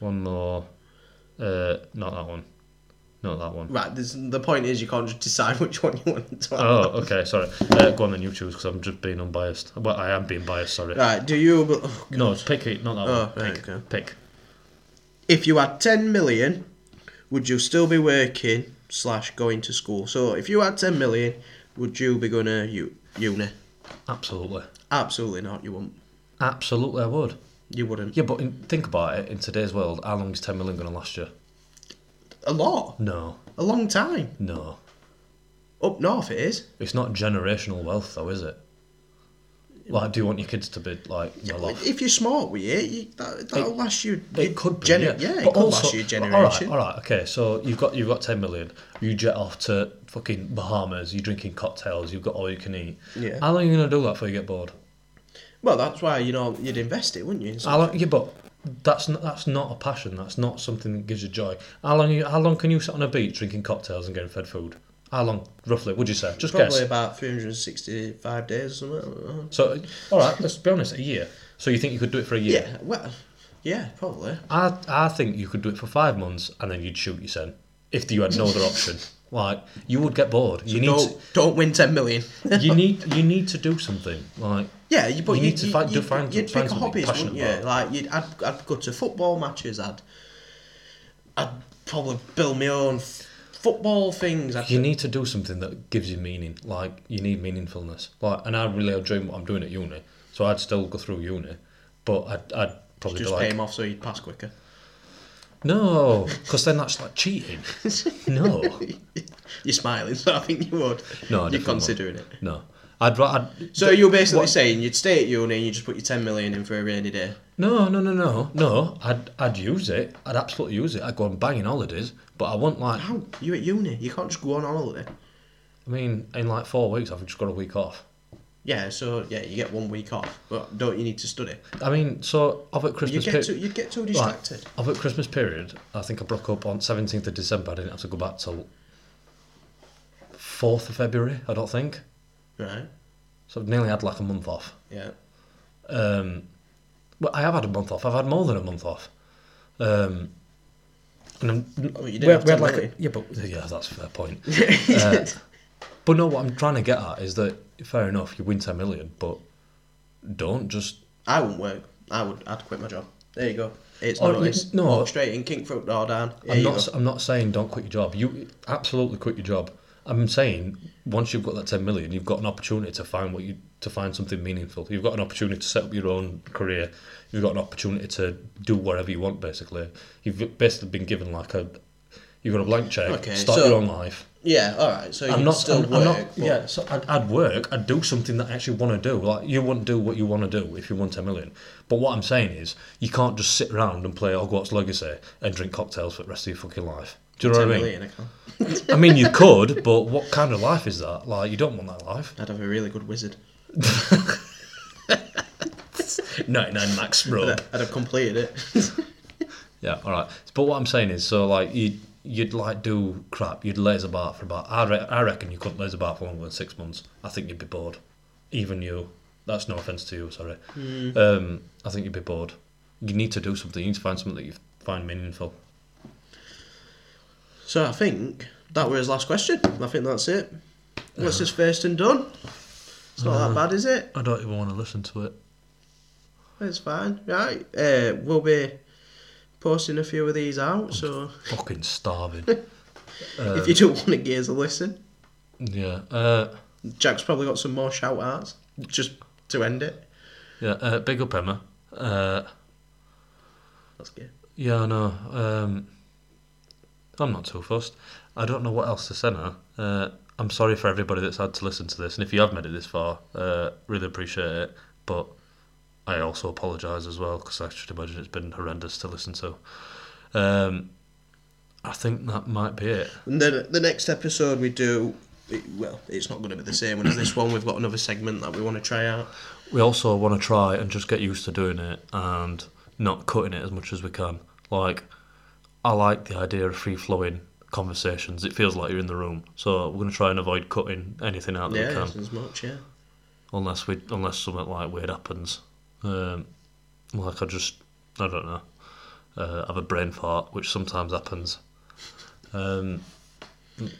S2: one more. Uh, not that one. Not that one.
S1: Right. This, the point is, you can't just decide which one you want to. have.
S2: Oh, okay, sorry. Uh, go on then, you choose because I'm just being unbiased. Well, I am being biased, sorry.
S1: Right. Do you? bel-
S2: No, pick it, not that
S1: Oh,
S2: one.
S1: right,
S2: Pick.
S1: okay.
S2: pick.
S1: If you had ten million, would you still be working slash going to school? So, if you had ten million, would you be going to u- uni?
S2: Absolutely.
S1: Absolutely not. You wouldn't.
S2: Absolutely, I would.
S1: You wouldn't.
S2: Yeah, but in, think about it. In today's world, how long is 10 million going to last you?
S1: A lot.
S2: No,
S1: A long time.
S2: no.
S1: Up north, it is.
S2: It's not generational wealth, though, is it? Like, do you want your kids to be, like, well off?
S1: If you're smart with it, you, that, that'll last you.
S2: It could be,
S1: gener-
S2: yeah.
S1: yeah, it
S2: But
S1: could
S2: also-
S1: last you a
S2: but
S1: generation.
S2: All right, all right, okay. So you've got you've got ten million. You jet off to fucking Bahamas. You're drinking cocktails. You've got all you can eat.
S1: Yeah.
S2: How long are you gonna do that before you get bored?
S1: Well, that's why you know you'd invest it, wouldn't you?
S2: How long? Yeah, but that's not, that's not a passion. That's not something that gives you joy. How long? You, how long can you sit on a beach drinking cocktails and getting fed food? How long, roughly? Would you say? Just
S1: Probably
S2: guess.
S1: about 365 days or something. I don't know.
S2: So, all right. Let's be honest. A year. So you think you could do it for a year?
S1: Yeah, well, yeah, probably.
S2: I I think you could do it for five months and then you'd shoot yourself if you had no other option. Like you would get bored. You need
S1: Don't, don't win 10 million.
S2: to, you need you need to do something. Like
S1: yeah, you, but
S2: You
S1: you,
S2: need to
S1: you,
S2: find-
S1: you,
S2: do find-
S1: you'd pick
S2: find
S1: a
S2: something
S1: hobbies,
S2: passionate
S1: wouldn't you? Like, you'd, I'd, I'd go to football matches, I'd, I'd probably build my own f- football things. I'd,
S2: you need to do something that gives you meaning. Like you need meaningfulness. Like and I really enjoy what I'm doing at uni, so I'd still go through uni, but I'd I'd probably
S1: just
S2: be
S1: pay
S2: like
S1: him off so you'd pass quicker.
S2: no, because then that's like cheating. No,
S1: You're smiling, so I think you would.
S2: no, I definitely
S1: You're
S2: won't.
S1: considering it.
S2: No, I'd, ra- I'd
S1: So you're basically saying you'd stay at uni and you just put your 10 million in for a rainy day.
S2: No, no, no, no, no. I'd, I'd use it. I'd absolutely use it. I'd go on banging holidays, but I want like, I
S1: How? You're at uni. You can't just go on holiday.
S2: mean, in like four weeks, I've just got a week off.
S1: Yeah, so yeah, you get one week off, but don't you need to study?
S2: I mean, so I've at
S1: You
S2: Christmas.
S1: get too,
S2: pe-
S1: you get too
S2: right,
S1: distracted.
S2: I've at Christmas period. I think I broke up on seventeenth of December. I didn't have to go back till fourth of February. I don't think.
S1: Right.
S2: So I've nearly had like a month off.
S1: Yeah.
S2: Um, well, I have had a month off. I've had more than a month off. Um, and I'm,
S1: Oh, you
S2: we
S1: didn't have
S2: had- we had
S1: to
S2: like a,
S1: worry.
S2: yeah, but yeah, that's a fair point. Uh, but no, what I'm trying to get at is that fair enough, you win ten million, but don't just
S1: I wouldn't work. I would. I'd quit my job. There you go. It's
S2: Oh,
S1: not. It's
S2: you- no.
S1: Walk straight in kink fruit door down. Here
S2: I'm
S1: you
S2: not.
S1: go.
S2: s- I'm not saying don't quit your job. You absolutely quit your job. I'm saying once you've got that ten million, you've got an opportunity to find what you to find something meaningful. You've got an opportunity to set up your own career. You've got an opportunity to do whatever you want. Basically, you've basically been given like a you've got a blank check.
S1: Okay,
S2: start
S1: so
S2: your own life.
S1: Yeah. All right. So
S2: I'm
S1: you
S2: not.
S1: still
S2: I'm,
S1: work.
S2: I'm not.
S1: but-
S2: Yeah. So I'd, I'd work. I'd do something that I actually want to do. Like you wouldn't do what you want to do if you won ten million. But what I'm saying is, you can't just sit around and play Hogwarts Legacy and drink cocktails for the rest of your fucking life. Do you know
S1: 10
S2: what I mean?
S1: million, I can't.
S2: I mean, you could, but what kind of life is that? Like, you don't want that life.
S1: I'd have a really good wizard.
S2: 99 max, bro.
S1: I'd have completed it.
S2: Yeah, all right. But what I'm saying is, so like you, you'd like do crap. You'd laze about for about. I, re- I reckon you couldn't laze about for longer than six months. I think you'd be bored. Even you. That's no offense to you. Sorry. Um, I think you'd be bored. You need to do something. You need to find something that you find meaningful.
S1: So I think that was his last question. I think that's it.
S2: Uh-huh.
S1: That's his first and done. It's not that bad, is it?
S2: I don't even want to listen to it.
S1: It's fine, right? Uh, we'll be posting a few of these out, so
S2: Fucking starving. Uh,
S1: if you do want to give us a listen,
S2: yeah. Uh,
S1: Jack's probably got some more shout outs just to end it.
S2: yeah. Uh, big up Emma. Uh,
S1: That's good.
S2: Yeah, I know. Um, I'm not too fussed. I don't know what else to send her. Uh, I'm sorry for everybody that's had to listen to this, and if you have made it this far, uh, really appreciate it. But I also apologise as well because I should imagine it's been horrendous to listen to. Um, I think that might be it.
S1: And then the next episode we do, it, well, it's not going to be the same one as this one. We've got another segment that we want to try out.
S2: We also want to try and just get used to doing it and not cutting it as much as we can. Like, I like the idea of free flowing conversations. It feels like you're in the room, so we're going to try and avoid cutting anything out that we
S1: yeah,
S2: can,
S1: it's as much, yeah.
S2: unless we unless something like weird happens. Um, like I just I don't know, uh, have a brain fart, which sometimes happens. Um,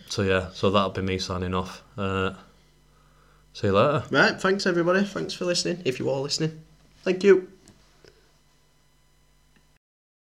S2: so yeah, so that'll be me signing off. Uh, see you later.
S1: Right, thanks everybody. Thanks for listening. If you are listening, thank you.